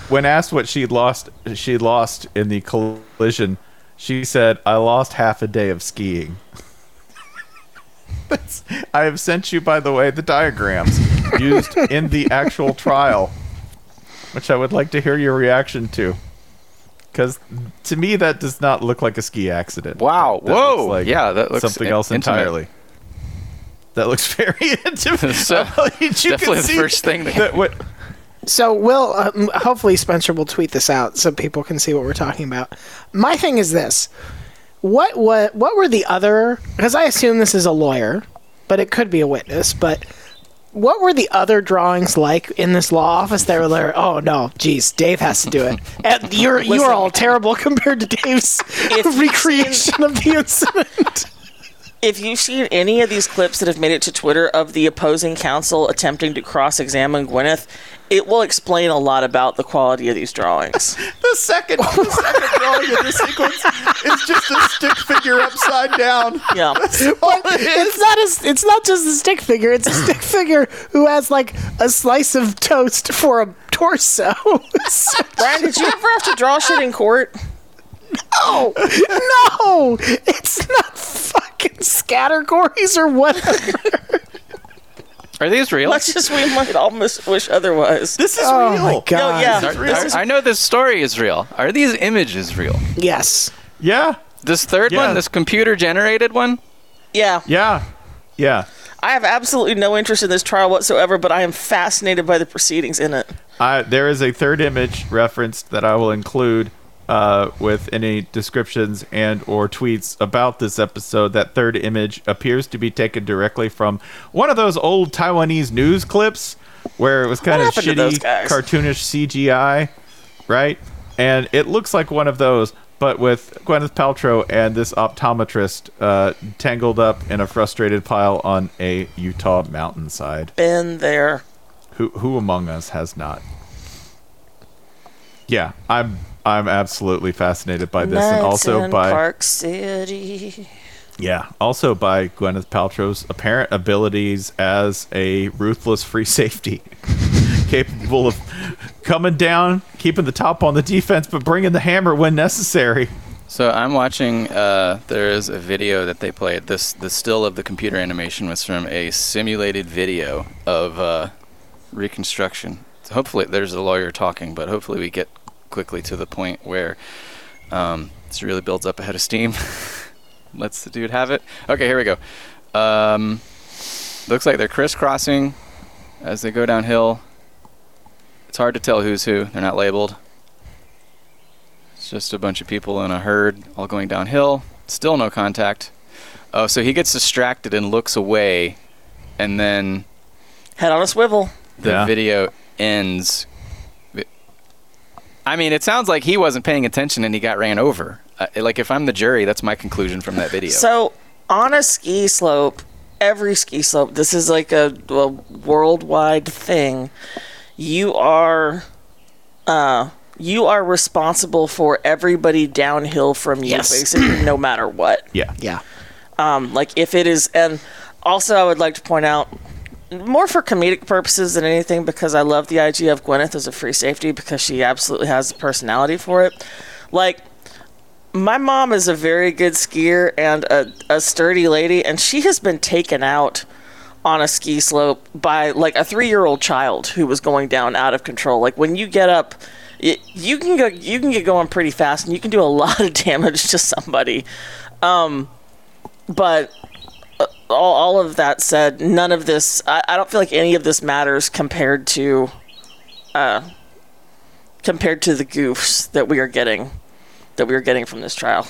when asked what she lost she lost in the collision she said i lost half a day of skiing [LAUGHS] That's, i have sent you by the way the diagrams used in the actual trial which i would like to hear your reaction to because to me that does not look like a ski accident
Wow.
That looks
Whoa. Yeah, that looks
something
in-
else
intimate.
entirely that looks [LAUGHS] very intimate
So,
[LAUGHS] you
definitely the first thing that-
what,
So, Will, um, hopefully Spencer will tweet this out so people can see what we're talking about. My thing is this: What what what were the other? Because I assume this is a lawyer, but it could be a witness. But what were the other drawings like in this law office? They were like, oh no, geez, Dave has to do it. And you're you're all terrible [LAUGHS] compared to Dave's
If-
recreation of the incident.
If you've seen any of these clips that have made it to Twitter of the opposing counsel attempting to cross examine Gwyneth, it will explain a lot about the quality of these drawings.
The second, the second drawing in this sequence is just a stick figure upside down.
Yeah.
All it
It's
is.
not as it's not just a stick figure. It's a stick figure who has like a slice of toast for a torso. [LAUGHS] So-
Brian, did you ever have to draw shit in court?
no, no, it's not fucking scattergories or whatever.
Are these real?
Much as we might almost wish otherwise.
This is
Oh
real.
my
No,
god!
yeah.
Are- are- I know this story is real. Are these images real?
Yes.
Yeah,
This third
Yeah.
one, this computer generated one?
Yeah.
yeah, yeah.
I have absolutely no interest in this trial whatsoever, but I am fascinated by the proceedings in it.
I, there is a third image referenced that I will include uh, with any descriptions and or tweets about this episode. That third image appears to be taken directly from one of those old Taiwanese news clips where it was kind
What
of
happened to those
shitty,
guys?
cartoonish CGI, right? And it looks like one of those, but with Gwyneth Paltrow and this optometrist uh, tangled up in a frustrated pile on a Utah mountainside.
Been there.
Who who among us has not? Yeah, I'm I'm absolutely fascinated by this, and
Nights
also
in
by
Park City.
yeah, also by Gwyneth Paltrow's apparent abilities as a ruthless free safety, [LAUGHS] capable of coming down, keeping the top on the defense, but bringing the hammer when necessary.
So I'm watching. Uh, there is a video that they played. This the still of the computer animation was from a simulated video of uh, reconstruction. So hopefully, there's a lawyer talking, but hopefully we get quickly to the point where um, this really builds up ahead of steam. [LAUGHS] Let's the dude have it. Okay, here we go. Um, looks like they're crisscrossing as they go downhill. It's hard to tell who's who. They're not labeled. It's just a bunch of people in a herd all going downhill. Still no contact. Oh, so he gets distracted and looks away, and then
Head on a swivel.
the
Yeah.
video ends. I mean, it sounds like he wasn't paying attention and he got ran over. Uh, like, if I'm the jury, that's my conclusion from that video.
So on a ski slope, every ski slope, this is like a, a worldwide thing. You are, uh, you are responsible for everybody downhill from you, basically, no matter what.
Yeah,
Yeah.
Um, like if it is, and also I would like to point out more for comedic purposes than anything because I love the idea of Gwyneth as a free safety because she absolutely has the personality for it. Like my mom is a very good skier and a, a sturdy lady, and she has been taken out on a ski slope by like a three year old child who was going down out of control. Like when you get up, y you can go, you can get going pretty fast, and you can do a lot of [LAUGHS] damage to somebody. Um, but uh, all, all of that said, none of this. I, I don't feel like any of this matters compared to, uh, compared to the goofs that we are getting, that we are getting from this trial.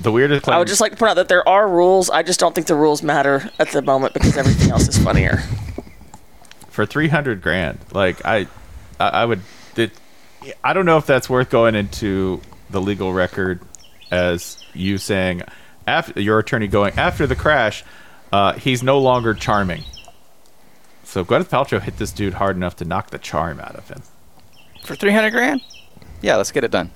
the weirdest. Claim,
I would just like to point out that there are rules. I just don't think the rules matter at the moment because everything else is funnier.
for 300 grand like i i, I would it, i don't know if that's worth going into the legal record as you saying after your attorney going after the crash uh, he's no longer charming so Gwyneth Paltrow hit this dude hard enough to knock the charm out of him. [LAUGHS]
for 300 grand? Yeah, let's get it done.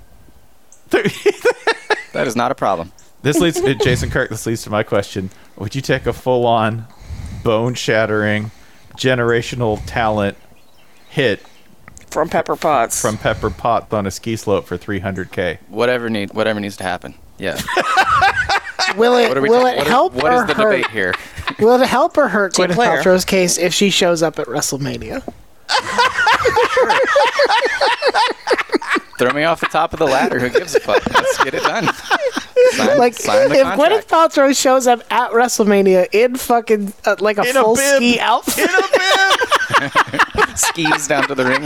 that is not a problem.
This leads to Jason Kirk. This leads to my question: Would you take a full-on, bone-shattering, generational talent hit
From Pepper Potts.
from Pepper Potts on a ski slope for 300k?
Whatever need, whatever needs to happen. Yeah.
[LAUGHS] Will it
What are we
will
ta-
it
what is-
help
what
or
is the
hurt?
debate here?
Will it help or hurt
Team
Gwyneth
player.
Paltrow's case if she shows up at WrestleMania?
Throw me off the top of the ladder. Who gives a fuck? Let's get it done.
[LAUGHS]
Sign,
Like,
sign the
if Gwyneth
contract.
Paltrow shows up at WrestleMania in fucking uh, like a
In a
full
bib.
ski outfit,
skis down to the ring.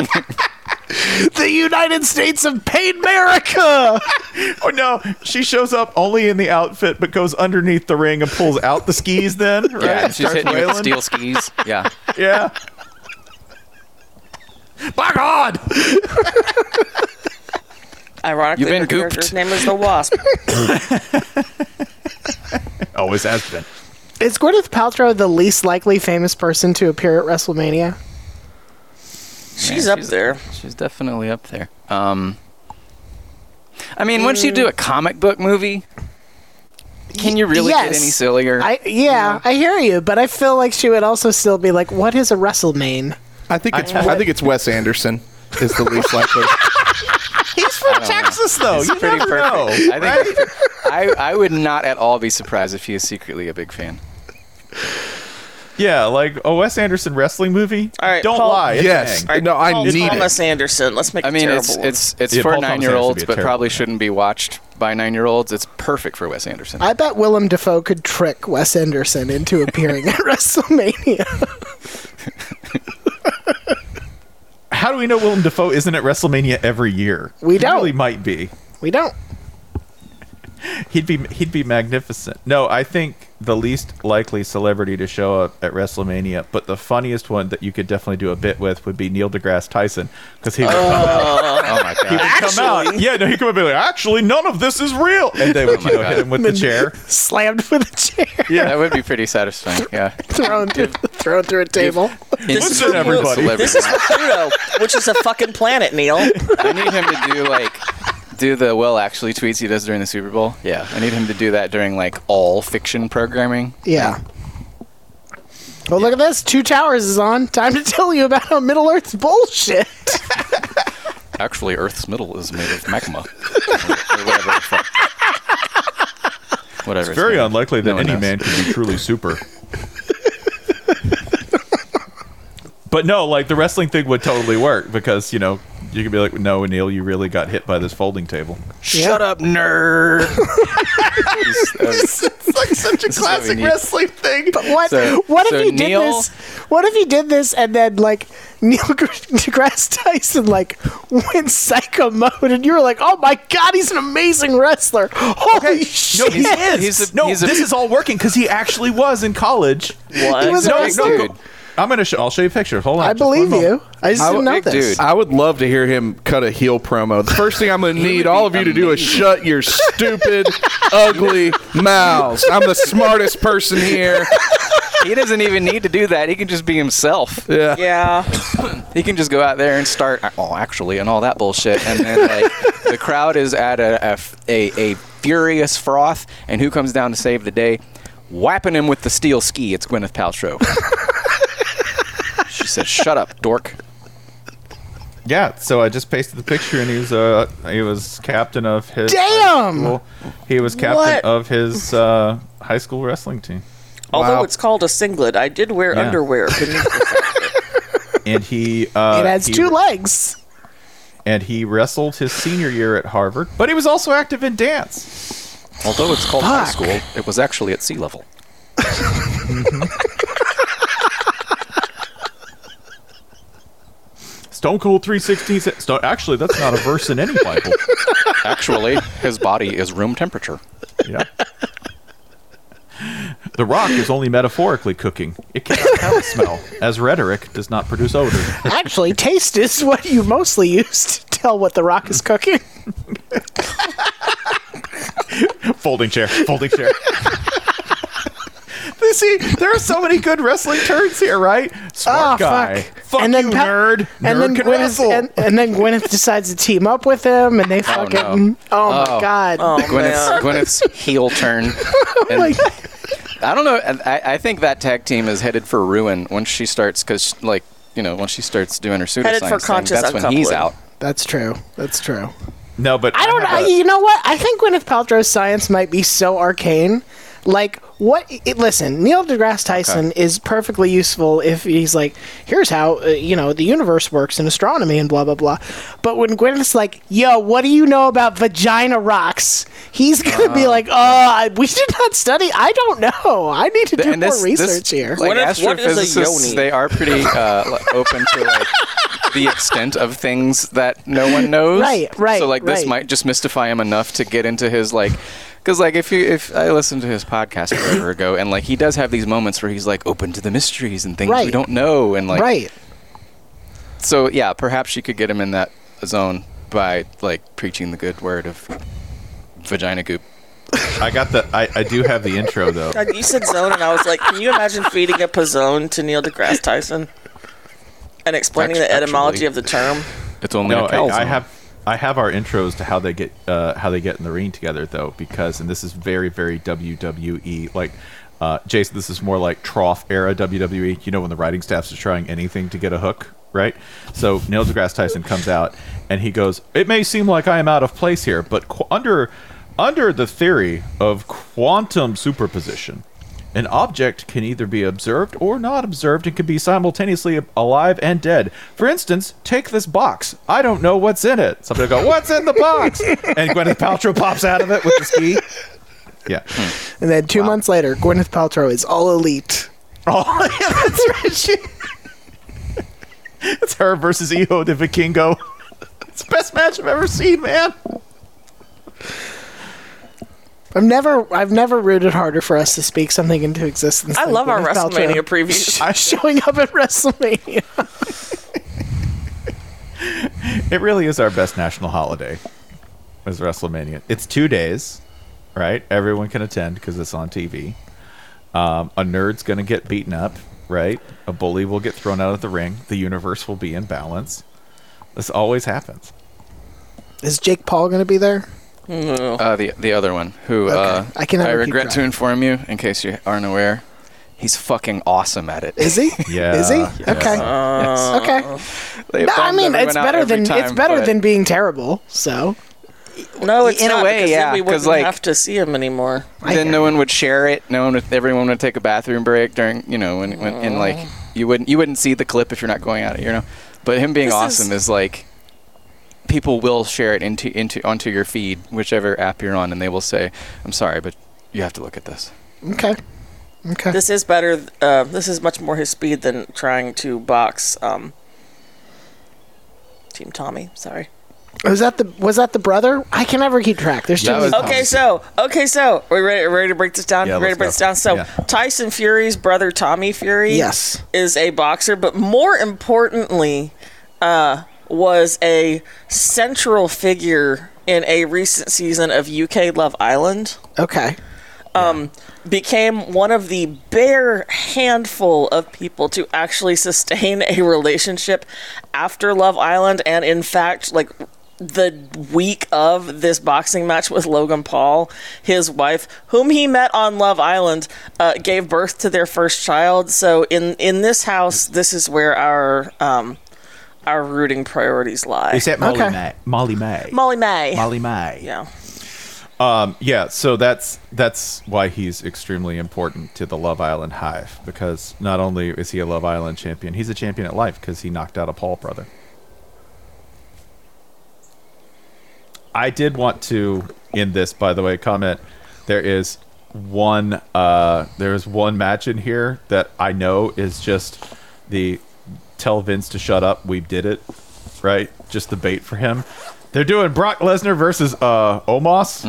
The United States of Pain America!
[LAUGHS] Oh no, she shows up only in the outfit, but goes underneath the ring and pulls out the skis. Then right?
[LAUGHS] Yeah, she's
Starts
hitting you with
wailing.
steel skis. Yeah.
Yeah. By God!
Ironically,
You've been
her character's
gooped.
name is the
[LAUGHS]
Wasp.
Always Oh, has been.
Is Gwyneth Paltrow the least likely famous person to appear at WrestleMania?
She's up there.
[LAUGHS] She's definitely up there. Um, I mean, once you do a comic book movie, can you really get
yes.
any sillier?
I yeah, I hear you, but I feel like she would also still be like, "What is a WrestleMane?"
I think it's I think it's Wes Anderson is the [LAUGHS] least likely.
He's from
Oh.
Texas, though.
It's
you
pretty
never
perfect.
know.
I think I, I would not at all be surprised if he is secretly a big fan.
Yeah, like a Wes Anderson wrestling movie.
All right,
Don't
Paul-
lie. It's
yes.
Hank.
No, I
Paul
need it.
Thomas Anderson. Let's make.
I mean,
a
it's
terrible one.
it's it's
Yeah,
for
Paul Thomas Anderson would be
nine-year-olds,
a
but
terrible
probably
guy.
shouldn't be watched by nine-year-olds. It's perfect for Wes Anderson.
I bet Willem Dafoe could trick Wes Anderson into appearing at [LAUGHS] WrestleMania.
How do we know Willem Dafoe isn't at WrestleMania every year?
We
He
don't.
really might be.
We don't.
He'd be he'd be magnificent. No, I think the least likely celebrity to show up at WrestleMania, but the funniest one that you could definitely do a bit with would be Neil deGrasse Tyson because he would come out.
oh my
[LAUGHS] He would
god!
come out. Yeah, no, he could be like, actually, none of this is real, and they would [LAUGHS] you know, hit him with the chair.
[LAUGHS] Slammed with a
[LAUGHS]
chair,
That would be pretty satisfying. Yeah.
thrown through, thrown through a table.
This
Listen,
is
everybody.
Pluto. This is Pluto, which is a fucking planet, Neil.
I need him to do like do the well actually tweets he does during the Super Bowl. Yeah, I need him to do that during like all fiction programming.
Yeah. Well, look at this. Two Towers is on. Time to tell you about how Middle Earth's bullshit.
Actually, Earth's middle is made of magma. Or whatever. the fuck. Whatever.
It's very
made of.
unlikely that
No one
any
knows.
man could be truly super. but no, like the wrestling thing would totally work because you know you could be like, no, Neil, you really got hit by this folding table.
Shut up, nerd. [LAUGHS] He's, uh,
It's like such a
is what we
classic
need.
wrestling thing.
What?
So-
what if
so
you
Neil-
did this? What if you did this and then like [LAUGHS] Neil Gr- deGrasse Tyson like went psycho mode and you were like, oh my god, he's an amazing wrestler. Holy shit!
he's a-
no,
he's a-
this is all working because he actually was in college.
What?
[LAUGHS] He was a
No,
wrestler.
no, go- I'm gonna. Sh- I'll show you a picture. Hold on.
I
just one
believe
moment.
you. I just
I
didn't
would-
know
big
this.
dude. Uh,
I would love to hear him cut a heel promo. The first thing I'm going to need all of you to do is shut your stupid, ugly mouths. I'm the smartest person here.
he doesn't even need to do that. He can just be himself.
Yeah.
Yeah.
He can just go out there and start. Oh, actually, and all that bullshit, and then like the crowd is at a a f- a- a furious froth, and who comes down to save the day? Whapping him with the steel ski. It's Gwyneth Paltrow. she says, "Shut up, dork."
Yeah. So I just pasted the picture, and he was uh he was captain of his.
Damn!
High school. He was captain
What?
of his uh, high school wrestling team.
Although
Wow.
it's called a singlet, I did wear
Yeah.
[LAUGHS]
underwear. beneath this outfit.
and he uh,
it has
he-
two legs.
and he wrestled his senior year at Harvard, but he was also active in dance.
Although it's called high
Fuck.
school, it was actually at sea level.
Stone Cold 316 said, Sto- actually, that's not a verse in any Bible. [LAUGHS]
Actually, his body is room temperature.
Yeah. The rock is only metaphorically cooking. It cannot have a smell, as rhetoric does not produce odor.
Actually, taste is what you mostly use to tell what the rock is cooking.
Folding chair, folding
[LAUGHS]
chair. You See, there are so many good wrestling turns here, right? Smart
Oh,
guy,
fuck.
fuck
And then
you,
Pat-
nerd.
and
Nerd
then
can
Gwyneth
wrestle.
and, and then Gwyneth decides to team up with him, and they fucking oh,
no.
my
Oh.
god!
Oh
Gwyneth's,
man.
Gwyneth's heel
[LAUGHS]
turn. And
Like,
I don't know. I, I think that tag team is headed for ruin once she starts, because like you know, once she starts doing her pseudoscience
Headed for
thing,
conscious
that's when he's
uncoupling.
out.
that's true. That's true.
No, but
I don't.
have
I,
a-
you know what? I think Gwyneth Paltrow's science might be so arcane. Like what? It, listen, Neil deGrasse Tyson is perfectly useful if he's like, here's how uh, you know the universe works in astronomy and blah blah blah. But when Gwyneth's like, yo, what do you know about vagina rocks? He's gonna
Ah.
be like, oh, I, we did not study. I don't know. I need to do more research here.
Like
What if- what is a
astrophysicists,
yoni?
they are pretty uh, li- open to like the extent of things that no one knows.
Right, right,
So like this
right.
might just mystify him enough to get into his like, because like if you if I listened to his podcast forever ago and like he does have these moments where he's like open to the mysteries and things we
Right.
don't know and like
right.
so yeah perhaps you could get him in that zone by like preaching the good word of vagina goop.
I got the. I, I do have the intro though.
God, you said zone, and I was like, can you imagine feeding up a zone to Neil deGrasse Tyson and explaining
Actu-
the etymology
actually-
of the term?
It's only
No,
a calzone.
I, I have. I have our intros to how they get uh, how they get in the ring together though, because and this is very very WWE like. Uh, Jason, this is more like trough era WWE. You know when the writing staffs are trying anything to get a hook, right? So Neil deGrasse Tyson comes out and he goes, "It may seem like I am out of place here, but qu- under under the theory of quantum superposition, An object can either be observed or not observed and can be simultaneously alive and dead. For instance, take this box. I don't know what's in it. Somebody will go, What's in the box? And Gwyneth Paltrow pops out of it with the ski. Yeah.
And then two months later, Gwyneth Paltrow is all elite. [LAUGHS] Hmm.
Oh, yeah, that's right.
She-
[LAUGHS] It's her versus Iho de Vikingo. [LAUGHS] It's the best match I've ever seen, man.
I've never, I've never rooted harder for us to speak something into existence.
I
than
love our
Gwyneth Paltrow
WrestleMania previews.
[LAUGHS] showing up at WrestleMania.
It really is our best national holiday, is WrestleMania. It's two days, right? Everyone can attend because it's on TV. Um, a nerd's going to get beaten up, right? A bully will get thrown out of the ring. The universe will be in balance. This always happens.
Is Jake Paul going to be there?
Uh, the the other one, who uh,
I cannot keep
regret
track.
to inform you, in case you aren't aware, he's fucking awesome at it. [LAUGHS]
Is he?
Yeah.
Is he?
Yeah.
Okay.
Yes.
okay.
They
No, I
bummed
mean,
Oh. everyone
it's
out
better
every
than it's
time,
better
but-
than being terrible. So
No, it's
In a
not,
way,
because
yeah,
Then we
'cause,
wouldn't
like-
have to see him
[LAUGHS]
anymore.
Then no one would share it. No one, would, everyone would take a bathroom break during, you know, when, when and like you wouldn't you wouldn't see the clip if you're not going at it, you know. But him being
This
awesome is, like people will share it into into onto your feed, whichever app you're on, and they will say, "I'm sorry, but you have to look at this."
okay, okay.
This is better. Uh, this is much more his speed than trying to box um, Team Tommy. Sorry.
was that the was that the brother? I can never keep track. There's too
That
many.
was-
Okay, so okay, so we ready ready to break this down.
Yeah,
ready
let's
to break
go.
this down. So
Yeah.
Tyson Fury's brother Tommy Fury,
Yes.
is a boxer, but more importantly, uh, was a central figure in a recent season of UK Love Island.
okay.
Became one of the bare handful of people to actually sustain a relationship after Love Island, and in fact, like the week of this boxing match with Logan Paul, his wife, whom he met on Love Island, uh, gave birth to their first child. So in in this house, this is where our um, our rooting priorities lie.
Except Molly
Okay.
May. Molly May.
Molly May.
Molly May.
Yeah.
Yeah, so that's that's why he's extremely important to the Love Island Hive because not only is he a Love Island champion, he's a champion at life because he knocked out a Paul brother. I did want to in this, by the way, comment. There is one uh, there is one match in here that I know is just the tell Vince to shut up. We did it, right? Just the bait for him. They're doing Brock Lesnar versus uh, Omos.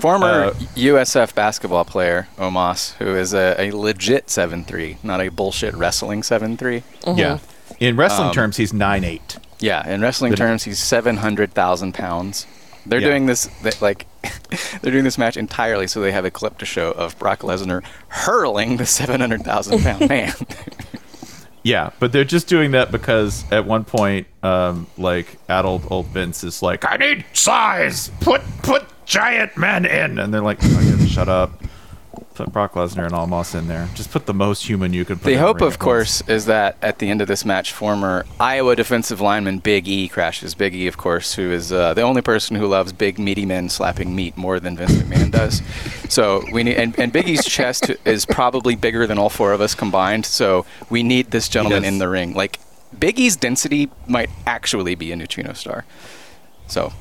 Former
Uh,
USF basketball player Omos, who is a, a legit seven three, not a bullshit wrestling seven three.
Yeah. Mm-hmm. Um, In wrestling terms, he's nine eight.
Yeah, in wrestling terms, he's seven hundred thousand pounds. They're
Yeah.
doing this th- like [LAUGHS] they're doing this match entirely so they have a clip to show of Brock Lesnar hurling the seven hundred thousand pound man.
Yeah, but they're just doing that because at one point, um, like adult old Vince is like, "I need size. Put put giant men in," and they're like, okay, "Shut up." Put Brock Lesnar and Almost in there. Just put the most human you can. put.
the
in a
hope,
ring
of
at once.
course, is that at the end of this match, former Iowa defensive lineman Big E crashes. Big E, of course, who is uh, the only person who loves big meaty men slapping meat more than Vince McMahon does. So we need, and, and Big E's chest is probably bigger than all four of us combined. So we need this gentleman
does.
in the ring. Like Big E's density might actually be a neutrino star. So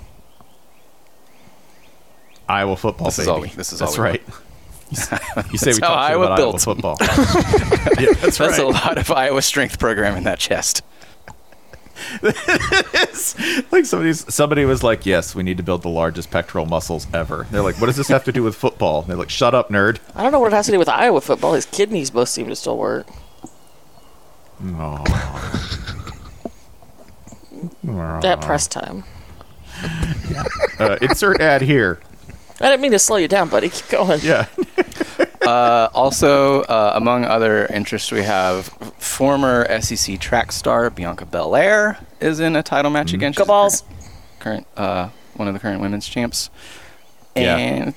Iowa football.
This is
baby.
all we- this is all
that's
we want.
right. [LAUGHS] you say we
how
talk shit
Iowa
about
built.
Iowa [LAUGHS]
[LAUGHS]
football. yeah, that's,
that's
right.
a lot of Iowa strength program in that chest.
like somebody's somebody was like, "Yes, we need to build the largest pectoral muscles ever." They're like, "What does this have to do with football?" They're like, "Shut up, nerd."
I don't know what it has to do with Iowa football. His kidneys both seem to still work.
Oh,
That press time.
uh, insert ad here.
I didn't mean to slow you down, buddy. Keep going.
Yeah,
Uh, also, uh, among other interests, we have former SEC track star Bianca Belair is in a title
Mm-hmm.
match against
Go
she's the
balls.
current, current, uh, one of the current women's champs.
Yeah.
And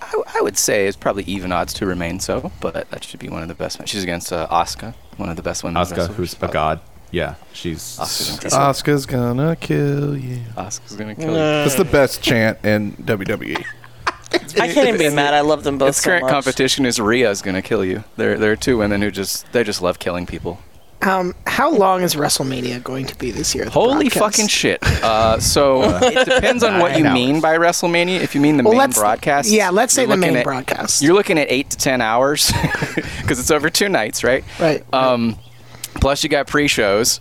I, w- I would say it's probably even odds to remain so, but that should be one of the best. ma- She's against uh, Asuka, one of the best Uh, women.
Asuka, who's a god. Yeah, she's
Oscar's gonna kill you.
Asuka's gonna kill you.
That's the best chant in E. WWE.
I can't even be mad. I love them both
Its
so
current
much.
competition is Rhea's gonna kill you. There, there are two women who just they just love killing people.
Um, how long is WrestleMania going to be this year? the
Holy
broadcast?
fucking shit! Uh, so it depends on what you
Nine
mean by WrestleMania. If you mean the
Well,
main
let's-
broadcast,
yeah, let's say
you're
the
looking
main
at-
broadcast.
You're looking at eight to ten hours [LAUGHS] because it's over two nights, right?
Right.
Um, plus you got pre-shows.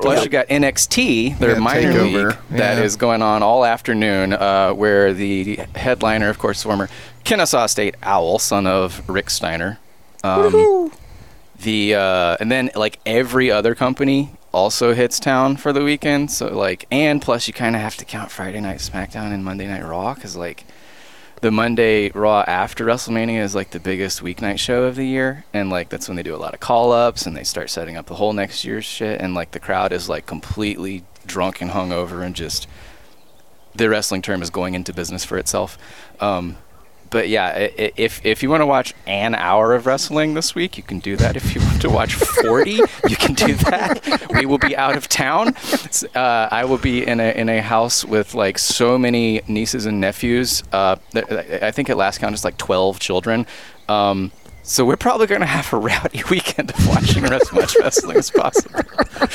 Plus you got NXT, their
Yeah,
minor
Takeover,
league that
yeah.
is going on all afternoon, uh, where the headliner, of course, former Kennesaw State Owl, son of Rick Steiner. Um, the uh, and then like every other company also hits town for the weekend. So like and plus you kind of have to count Friday Night SmackDown and Monday Night Raw because like the Monday Raw after WrestleMania is like the biggest weeknight show of the year, and like that's when they do a lot of call ups and they start setting up the whole next year's shit, and like the crowd is like completely drunk and hungover and just the wrestling term is going into business for itself. Um, but yeah, i- i- if if you want to watch an hour of wrestling this week, you can do that. If you want to watch forty, you can do that. We will be out of town. S- Uh, I will be in a in a house with like so many nieces and nephews. Uh, th- th- I think at last count it's like twelve children. Um, so we're probably going to have a rowdy [LAUGHS] weekend of watching as much wrestling as possible.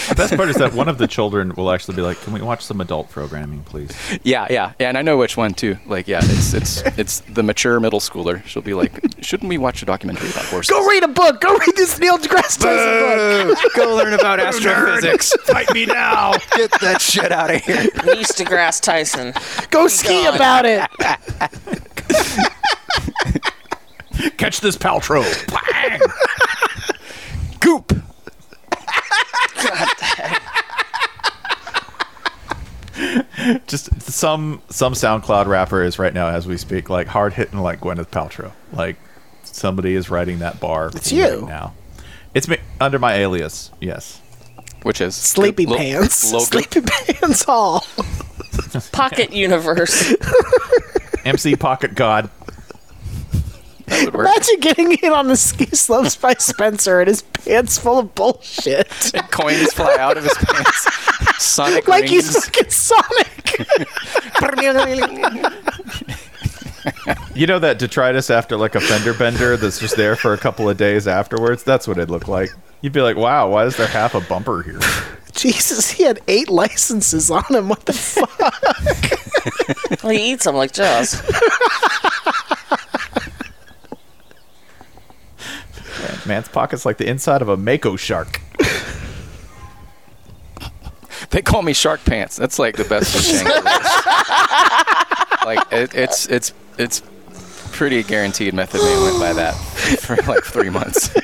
the best part is that one of the children will actually be like, "Can we watch some adult programming, please?"
Yeah, yeah, yeah, and I know which one too. Like, yeah, it's
[LAUGHS]
it's it's the mature middle schooler. She'll be like, "Shouldn't we watch a documentary about horses?"
Go read a book. Go read this Neil deGrasse Tyson book.
Go learn [LAUGHS] about astrophysics.
Fight me now.
Get that shit out of here.
Niece deGrasse
[LAUGHS]
Tyson.
Oh
Go ski about it.
Catch this Paltrow. Bang!
Goop.
[LAUGHS] Just some some SoundCloud rapper is right now as we speak, like hard hitting like Gwyneth Paltrow. Like somebody is writing that bar. It's
you.
now. It's me under my alias. Yes.
Which is
Sleepy
Lo- [LAUGHS]
pants.
Lo-
Sleepy pants all.
Pocket universe.
MC Pocket God.
That would work.
Imagine getting hit on the ski slopes by Spencer and his pants full of
[LAUGHS]
bullshit.
Coins fly out of his pants. Sonic
Like he's
rings.
fucking Sonic. [LAUGHS]
You know that detritus after like a fender bender that's just there for a couple of days afterwards? That's what it'd look like. You'd be like, wow, why is there half a bumper here?
Jesus, he had eight licenses on him. What the fuck?
well, he eats them like Jaws.
Man's pocket's like the inside of a Mako shark.
They call me Shark Pants. That's like the best of
[LAUGHS]
Shang. like it, it's it's it's pretty guaranteed. Method Man went by that for like three months.